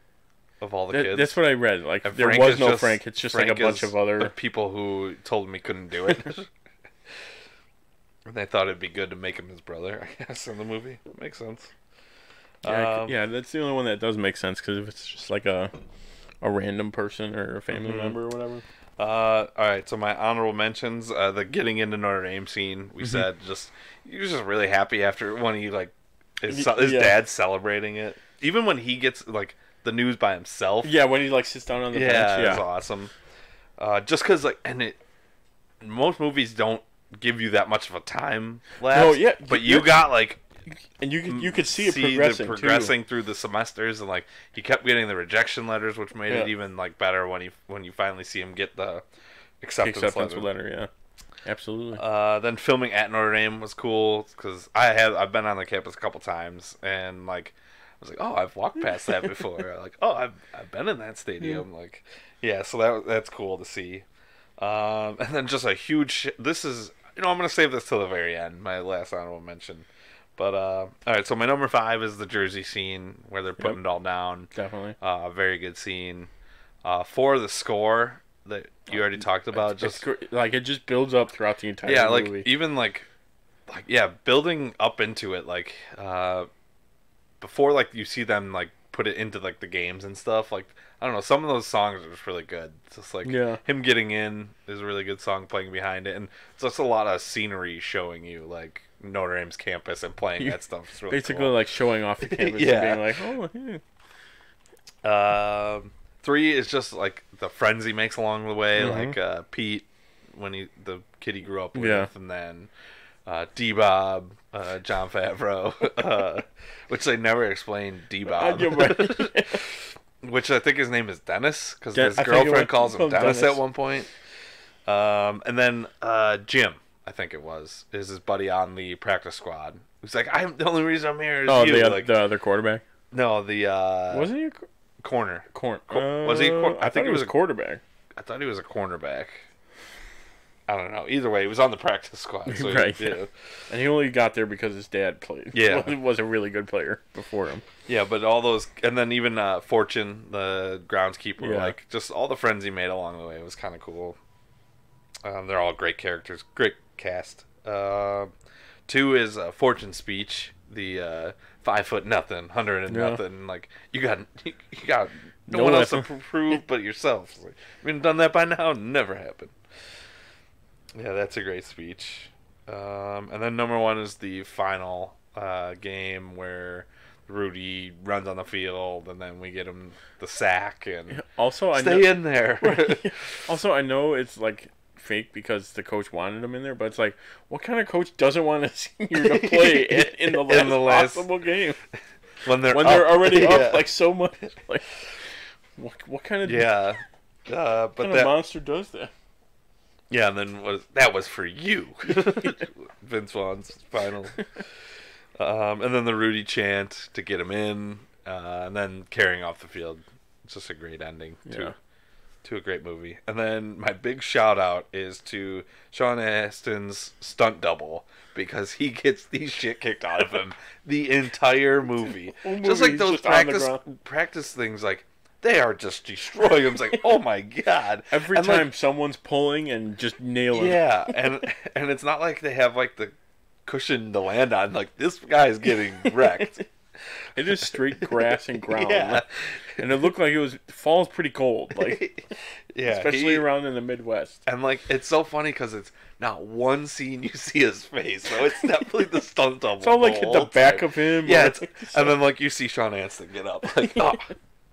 of all the
That-
kids.
that's what I read, like,
And
there was
is
no Frank, it's just, like, a bunch
is
of other-
the people who told him he couldn't do it. and they thought it'd be good to make him his brother. I guess in the movie makes sense.
Yeah, I c-
Um,
uh, yeah, that's the only one that does make sense because if it's just like a a random person or a family
Mhm.
member or whatever.
Uh, all right, so my honorable mentions: uh, the getting into Notre Dame scene. We
Mhm.
said just he was just really happy after when he like his,
Y-
so- his
yeah.
dad's celebrating it. Even when he gets like the news by himself.
Yeah, when he like sits down on the
yeah,
bench.
it's
Yeah,
awesome. Uh, just because like and it, most movies don't give you that much of a time lapse.
No, yeah,
but
you-
you got like.
and you could you could see
Mm,
it
the
progressing, too.
progressing through the semesters, and like he kept getting the rejection letters, which made it
Yeah.
even like better when he when you finally see him get the acceptance,
acceptance
letter.
letter. Yeah, absolutely.
Uh, then filming at Notre Dame was cool because I have I've been on the campus a couple times and like I was like oh I've walked past that before like oh I've I've been in that stadium like yeah so that that's cool to see um, and then just a huge sh- this is you know I'm gonna save this till the very end my last honorable mention but uh, all right so my number five is the Jersey scene where they're putting it all down
Definitely.
uh, very good scene uh, for the score that you already talked about
It's
just
gr- like it just builds up throughout the entire
yeah like
movie.
even like like yeah building up into it like uh before like you see them like put it into like the games and stuff. Like I don't know, some of those songs are just really good. It's just like
Yeah.
him getting in is a really good song playing behind it, and it's just a lot of scenery showing you like Notre Dame's campus and playing that stuff. It's really
basically
cool.
like showing off the campus
Yeah.
and being like, oh, hey.
Um, three is just like the friends he makes along the way,
Mhm.
like uh, Pete when he the kid he grew up with,
Yeah.
and then uh, D Bob, uh, John Favreau, uh, which they never explained D Bob.
you're
Which I think his name is Dennis because
Den-
his
I think it was-
girlfriend calls him
called
Dennis,
Dennis.
at one point. Um, and then uh, Jim, I think it was, is his buddy on the practice squad. Who's like, I'm the only reason I'm here is
oh,
you.
the,
like,
the other quarterback.
no, the uh,
Wasn't he a qu-
corner?
corn?
Cor- was he? a
Uh,
Cor- I,
thought
think he was a
quarterback.
I thought he was a cornerback. I don't know. Either way, he was on the practice squad. So
right.
He, yeah.
And he only got there because his dad played.
Yeah.
He was a really good player before him.
Yeah, but all those, and then even uh, Fortune, the groundskeeper,
Yeah.
like just all the friends he made along the way was kind of cool. Um, they're all great characters, great cast. Uh, two is uh, Fortune speech, the uh, five foot nothing, hundred and
Yeah.
nothing. Like you got, you got no,
No
one else to
weapon.
pr- prove but yourself. It's Like, you have done that by now. Never happened. Yeah, that's a great speech. Um, and then number one is the final uh, game where Rudy runs on the field, and then we get him the sack and
Also, Oh, I
stay
know-
in there.
Right. also, I know it's like fake because the coach wanted him in there, but it's like, what kind of coach doesn't want a senior to play in, in the last Oh,
In the last-
possible game
when they're
when they're
up.
already
Yeah.
up like so much? Like, what, what kind of
yeah, uh,
what kind
but
of
that
monster does that?
yeah, and then was that was for you, Vince Vaughn's final, um, and then the Rudy chant to get him in, uh, and then carrying off the field. It's just a great ending to
Yeah.
to a great movie. And then my big shout out is to Sean Astin's stunt double because he gets the shit kicked out of him the entire movie.
Whole
just
movie
like
is
those
just on the
practice
ground.
practice things, like they are just destroying him. It's like, oh my god!
Every
And, like,
time someone's pulling and just nailing.
yeah, and and it's not like they have like the cushion to land on. Like this guy is getting wrecked.
It is straight grass and ground.
Yeah.
And it looked like it was fall's pretty cold, like
Yeah,
especially
he-
around in the Midwest.
And like it's so funny because it's not one scene you see his face, so it's definitely the stunt double.
It's all like at the
whole
back
time.
of him.
Yeah,
or-
it's, and then like you see Sean Anston get up, like oh,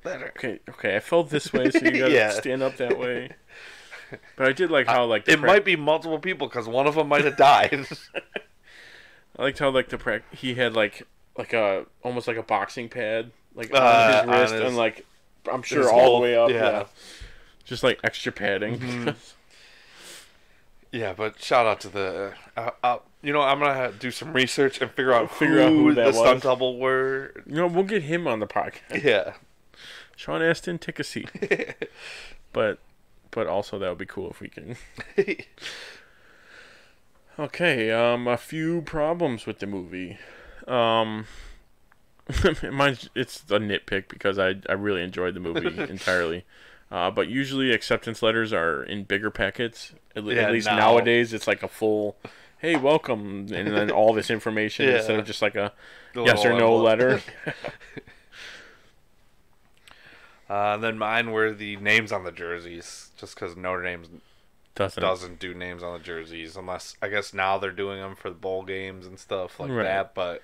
better.
okay, okay, I fell this way, so you gotta
Yeah.
stand up that way. But I did like how like the
It might be multiple people because one of them might have died.
I liked how like the prac he had like like a almost like a boxing pad like
Uh,
on his wrist
on his-
and like I'm
his
sure all
whole-
the way up.
yeah.
Yeah. just like extra padding.
Mhm. yeah, but shout out to the. Uh, uh, you know, I'm gonna ha- do some research and figure out
Figure out who
the
that was.
stunt double were.
you know, we'll get him on the podcast.
Yeah,
Sean Astin, take a seat. but but also that would be cool if we can. okay, um, a few problems with the movie. Um, mine's it's a nitpick because I I really enjoyed the movie entirely. Uh, but usually acceptance letters are in bigger packets. At, le- at
Yeah,
least
now-
nowadays, it's like a full, "Hey, welcome," and then all this information
Yeah.
instead of just like a
The
yes or
little
no
envelope.
letter.
Uh, and then mine were the names on the jerseys, just because Notre Dame's
Doesn't.
doesn't do names on the jerseys unless I guess now they're doing them for the bowl games and stuff like
Right.
that. But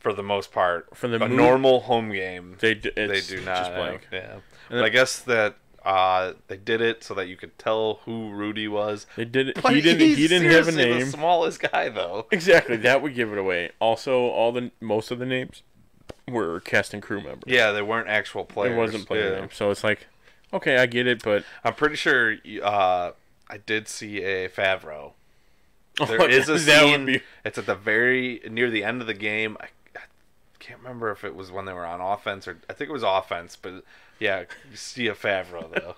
for the most part,
For the
a
mo-
normal home game,
They d-
they
it's
do
just
not.
blank.
Yeah,
And
but I
it-
guess that uh, they did it so that you could tell who Rudy was.
They did.
But
He didn't. He
he's
didn't have a
seriously The
name.
smallest guy though.
Exactly, that would give it away. Also, all the most of the names were cast and crew members.
Yeah, they weren't actual players.
It wasn't player
Yeah.
names, so it's like, okay, I get it, but
I'm pretty sure uh, I did see a Favreau. There is a
That would
scene.
be-
It's at the very near the end of the game. I, I can't remember if it was when they were on offense or I think it was offense. But yeah, you see a Favreau though.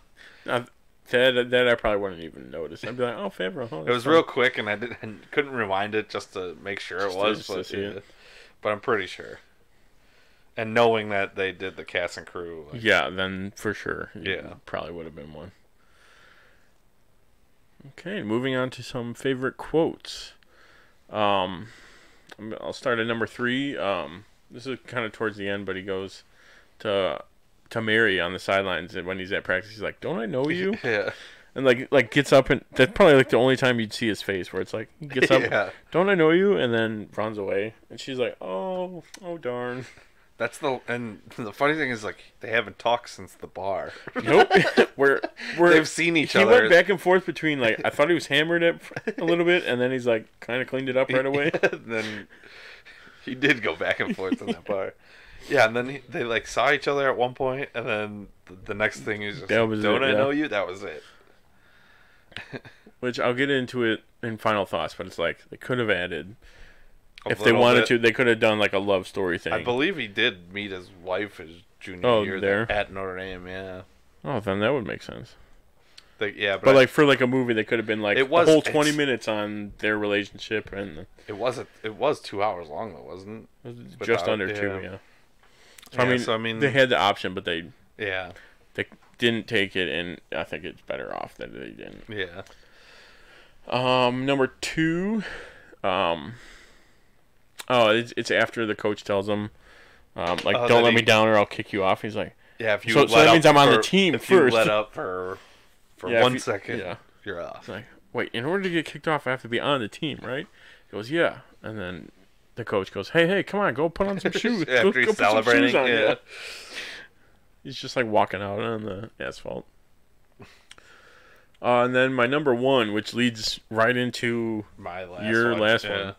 uh, that that I probably wouldn't even notice. I'd be like, oh, Favreau. Oh,
it was real quick, and I didn't I couldn't rewind it just to make sure
Just
it
to-
was.
just to
But,
see it.
yeah. but I'm pretty sure. And knowing that they did the cast and crew, like,
Yeah, then for sure. it
Yeah.
probably would have been one. Okay, moving on to some favorite quotes. Um, I'm- I'll start at number three. Um, this is kind of towards the end, but he goes, to to Mary on the sidelines and when he's at practice. He's like, "Don't I know you?"
yeah.
And like like gets up and that's probably like the only time you'd see his face where it's like he gets up,
Yeah.
"Don't I know you?" and then runs away. And she's like, "Oh, oh darn."
That's the and the funny thing is like they haven't talked since the bar.
Nope. we're we're
They've seen each
he
other.
went back and forth between like I thought he was hammered it a little bit, and then he's like kind of cleaned it up right away.
then he did go back and forth in that bar. Yeah, and then he, they like saw each other at one point, and then the, the next thing is just
That was it,
don't I
yeah.
know you? That was it.
Which I'll get into it in final thoughts, but it's like they could have added
A
if they
little
wanted
bit.
to. They could have done like a love story thing.
I believe he did meet his wife his junior
Oh,
year
there?
at Notre Dame. Yeah,
oh, then that would make sense.
They- yeah,
But,
but, I-
like for like a movie, they could have been like
It was-
a whole twenty
it's-
minutes on their relationship and
it was a, it was two hours long though, wasn't it?
just
Without-
under two. Yeah. So, I
Yeah,
mean,
so, I mean-
they had the option, but they
Yeah.
they didn't take it, and I think it's better off that they didn't.
Yeah.
Um, number two, um, oh, it's, it's after the coach tells him, um, like,
Oh,
don't
that
let
he-
me down or I'll kick you off. He's like,
Yeah, if you
so,
let
so that
up
means I'm on
for-
the team
if you
first.
let up for- for
if
one
you-
second,
yeah,
you're off.
It's like, wait, in order to get kicked off, I have to be on the team, right? He goes, yeah, and then the coach goes, hey, hey, come on, go put on some shoes.
After he's
go, go put some shoes
celebrating,
on,
yeah.
He's just like walking out on the asphalt. Uh, and then my number one, which leads right into
My last
your
one,
last
yeah.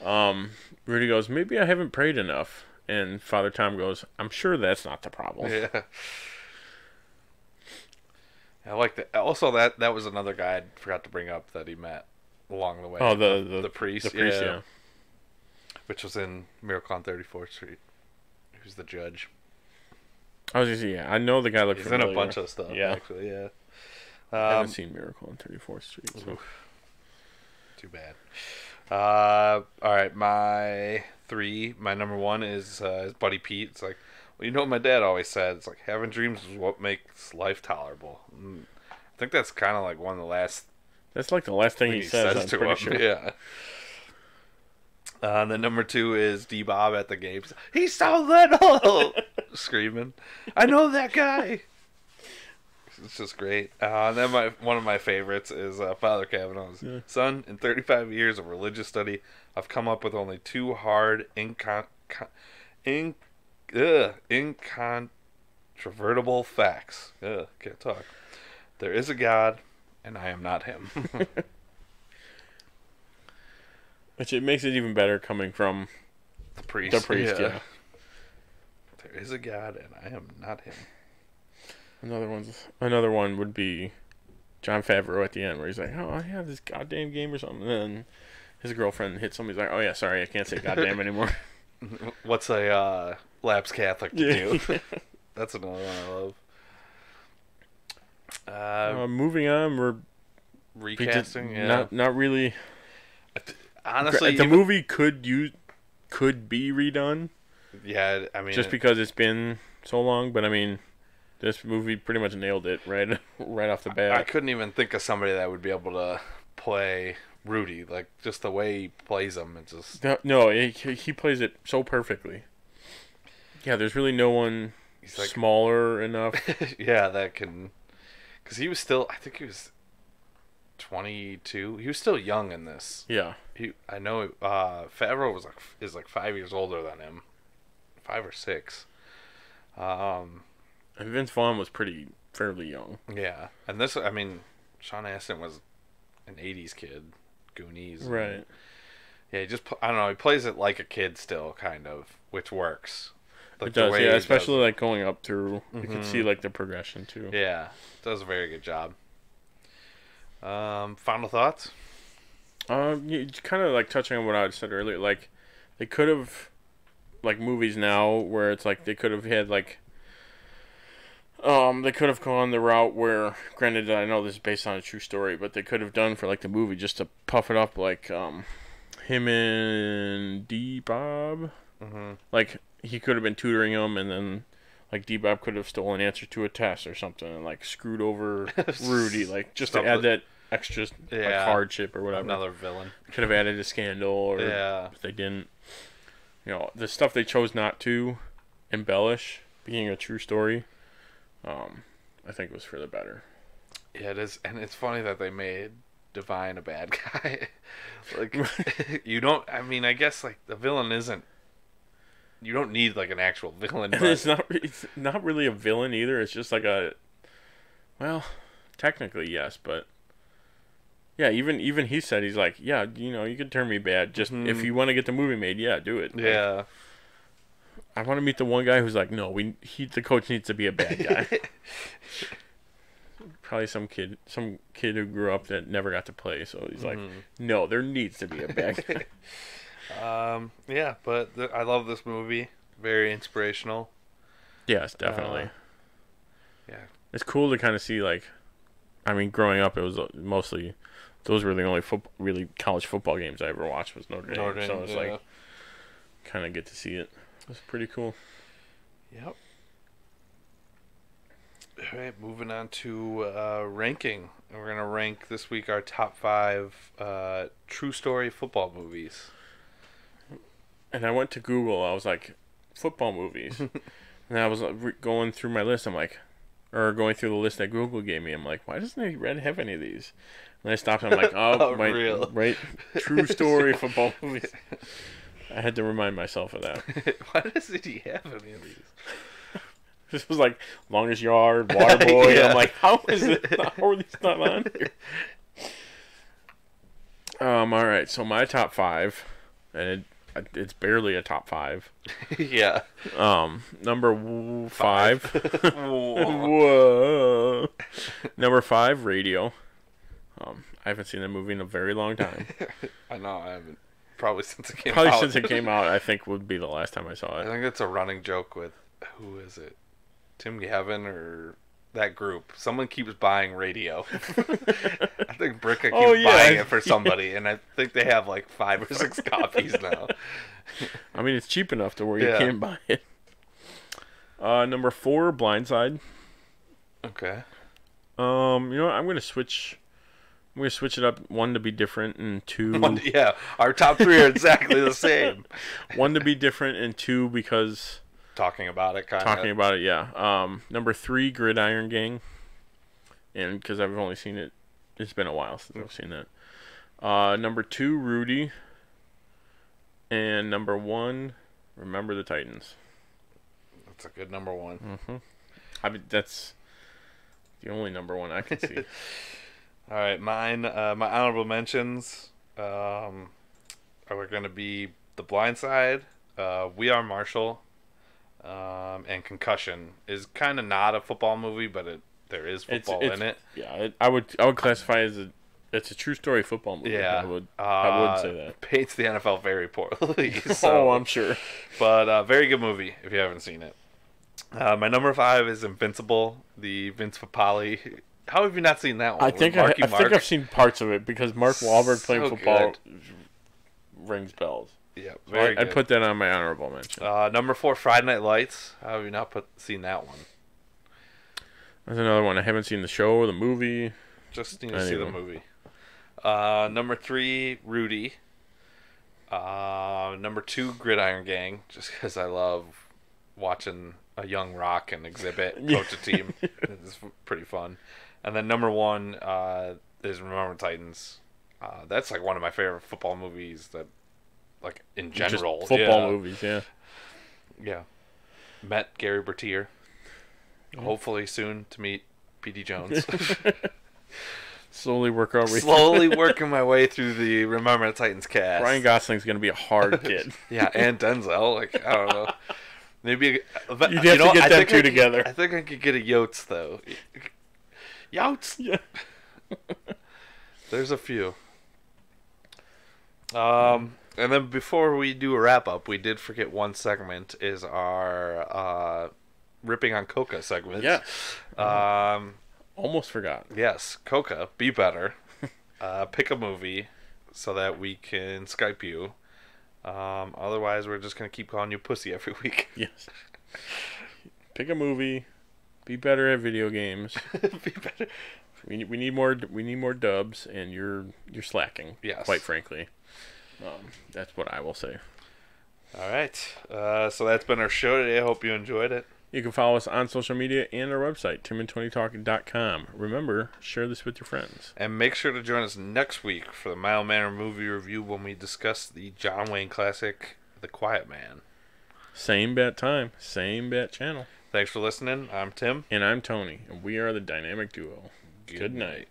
one. Um, Rudy goes, maybe I haven't prayed enough, and Father Tom goes, I'm sure that's not the problem.
Yeah. I like that. Also, that that was another guy I forgot to bring up that he met along the way.
Oh, the- the-
priest,
the priest, yeah.
which was in Miracle on Thirty Fourth Street. Who's the judge?
I was just, yeah, I know the guy looked
He's in
familiar.
a bunch of stuff.
Yeah,
actually, yeah.
I
Um,
haven't seen Miracle on 34th Street. so-
Too bad. Uh, all right, my three. My number one is uh, is Buddy Pete. It's like, well, you know what my dad always said. It's like having dreams is what makes life tolerable. Mm. I think that's kind of like one of the last.
That's like the last thing he says, I'm pretty sure.
Yeah. Uh, and then number two is D Bob at the games. He's so little, screaming. I know that guy. It's just great. Uh, and then my one of my favorites is uh, Father Kavanaugh's
Yeah.
son. In 35 years of religious study, I've come up with only two hard, incon- con- in- ugh, incontrovertible facts. Ugh, can't talk. There is a God, and I am not him.
Which it makes it even better coming from
the priest.
The priest, yeah.
There is a God, and I am not him.
Another one's another one would be John Favreau at the end, where he's like, "Oh, I have this goddamn game or something," and then his girlfriend hits him. He's like, "Oh yeah, sorry, I can't say goddamn anymore."
What's a uh, lapsed Catholic to
Yeah.
do? That's another one I love. Uh,
Uh, moving on, we're we did-
recasting. yeah.
Not not really.
Honestly,
the
even-
movie could you could be redone
yeah. I mean,
just because it's been so long, but I mean, this movie pretty much nailed it right right off the bat.
I couldn't even think of somebody that would be able to play Rudy. Like just the way he plays him, it's just
No, no he, he plays it so perfectly. Yeah, there's really no one
He's like-
smaller enough.
yeah, that can. Because he was still, I think he was twenty-two. He was still young in this.
Yeah.
He, I know. Uh, Favreau was like is like five years older than him, five or six. Um,
And Vince Vaughn was pretty fairly young.
yeah, and this, I mean, Sean Astin was an '80s kid, Goonies, and-
Right.
Yeah, he just pl- I don't know. He plays it like a kid still, kind of, which works. Like,
it
the
does,
way
yeah.
he
Especially like going up through, you
Mhm.
can see like the progression too.
Yeah, does a very good job. Um, final thoughts.
Um, you kind of like touching on what I said earlier. Like, they could have, like, movies now where it's like they could have had like, um, they could have gone the route where, granted, I know this is based on a true story, but they could have done for like the movie just to puff it up, like, um, him and D Bob,
Mhm.
like he could have been tutoring him, and then. Like D Bob could have stolen an answer to a test or something, and like screwed over Rudy, like just to add
Something.
that extra like,
Yeah.
hardship or whatever.
Another villain.
Could have added a scandal, or
Yeah.
if they didn't, you know, the stuff they chose not to embellish being a true story, um, I think was for the better.
Yeah, it is, and it's funny that they made Divine a bad guy. like, you don't. I mean, I guess like the villain isn't. You don't need like an actual villain.
And
but-
it's not re- it's not really a villain either. It's just like a well, technically yes, but yeah, even even he said he's like, yeah, you know, you can turn me bad. Just if
Mhm.
you want to get the movie made, yeah, do it. Like,
Yeah.
I want to meet the one guy who's like, no, we he the coach needs to be a bad guy. Probably some kid, some kid who grew up that never got to play. So he's like,
Mhm.
no, there needs to be a bad guy.
um, yeah, but th- I love this movie. Very inspirational.
Yes, definitely.
Uh, yeah.
It's cool to kind of see like, I mean, growing up, it was uh, mostly those were the only football, really college football games I ever watched was Notre Dame.
Notre
so
Dame,
it's
yeah.
like, kind of get to see it. It's pretty cool.
Yep. All right, moving on to uh, ranking. And We're gonna rank this week our top five uh, true story football movies.
and I went to Google. I was like, football movies, and I was like, re- going through my list. I'm like, or going through the list that Google gave me. I'm like, why doesn't any Red have any of these? And I stopped. I'm like, oh,
Oh,
my,
real.
right, true story football movies. I had to remind myself of that.
Why does it he have any of these?
This was like longest yard, water boy.
Yeah.
I'm like, how is it? How are these not on here? Um. All right. So my top five, and it, it's barely a top five.
yeah.
Um. Number w- five.
Whoa.
Whoa. Number five, radio. Um. I haven't seen that movie in a very long time.
I know I haven't. Probably since it came
Probably
out.
since it came out, I think would be the last time I saw
I
it.
think that's a running joke with who is it? Tim Gavin or that group. Someone keeps buying radio. I think Bricka keeps
Oh, yeah.
buying it for somebody, and I think they have like five or six copies now.
I mean, it's cheap enough to where you
Yeah.
can buy it. Uh, number four, Blindside.
Okay.
Um, you know what? I'm gonna switch. I'm gonna switch it up. One to be different, and two.
One- yeah, our top three are exactly the same.
One to be different, and two because
Talking about it, kind of.
talking about it. Yeah. Um, number three, Gridiron Gang, and because I've only seen it, it's been a while since I've seen that. Uh, number two, Rudy, and number one, Remember the Titans.
That's a good number one.
hmm I mean, that's the only number one I can see.
All right, mine. Uh, my honorable mentions um, are going to be The Blind Side, uh, We Are Marshall, um, and Concussion. Is kind of not a football movie, but it there is football in it.
Yeah, it, I would I would classify it as a it's a true story football movie.
Yeah,
I would I would
uh,
say that.
paints the NFL very poorly.
Oh,
so-
I'm sure.
But uh, very good movie if you haven't seen it. Uh, my number five is Invincible, the Vince Papali. How have you not seen that one?
I
with
think I,
Marky
I
Mark?
think I've seen parts of it because Mark Wahlberg playing
So
football
good.
rings bells.
Yeah,
So
very
I, I'd
good.
put that on my honorable mention.
Uh, number four, Friday Night Lights. How have you not put seen that one?
That's another one I haven't seen the show or the movie.
Just need to see the
Anyway.
movie. Uh, number three, Rudy. Uh, number two, Gridiron Gang, just because I love watching a young rock and exhibit
Yeah.
coach a team. it's pretty fun. And then number one uh, is Remember the Titans. Uh, that's like one of my favorite football movies that, like in
Just
general,
football
yeah.
movies. Yeah,
Yeah. Met Gary Bertier. Hopefully soon to meet PD Jones.
slowly work our way.
Slowly working my way through the Remember the Titans cast.
Ryan Gosling's gonna be a hard kid.
yeah, and Denzel. Like I don't know. Maybe but,
You'd
you
have to
know,
get
I
them
think
two
I could-
together.
I think I could get a Yotes though. Yotes.
Yeah.
There's a few. Um, and then before we do a wrap up, we did forget one segment is our uh, ripping on Coca segment.
Yeah.
Um,
almost forgot.
Yes, Coca, be better. uh, pick a movie so that we can Skype you. Um, otherwise, we're just gonna keep calling you pussy every week.
Yes. Pick a movie. Be better at video games.
be better.
We, we need more we need more dubs, and you're you're slacking.
Yes.
Quite frankly, um, that's what I will say.
All right. Uh, so that's been our show today. I hope you enjoyed it.
You can follow us on social media and our website, timand20talk.com. Remember, share this with your friends.
And make sure to join us next week for the Mild Manner movie review when we discuss the John Wayne classic, The Quiet Man.
Same bat time, same bat channel.
Thanks for listening. I'm Tim.
And I'm Tony, and we are the dynamic duo. Good, night.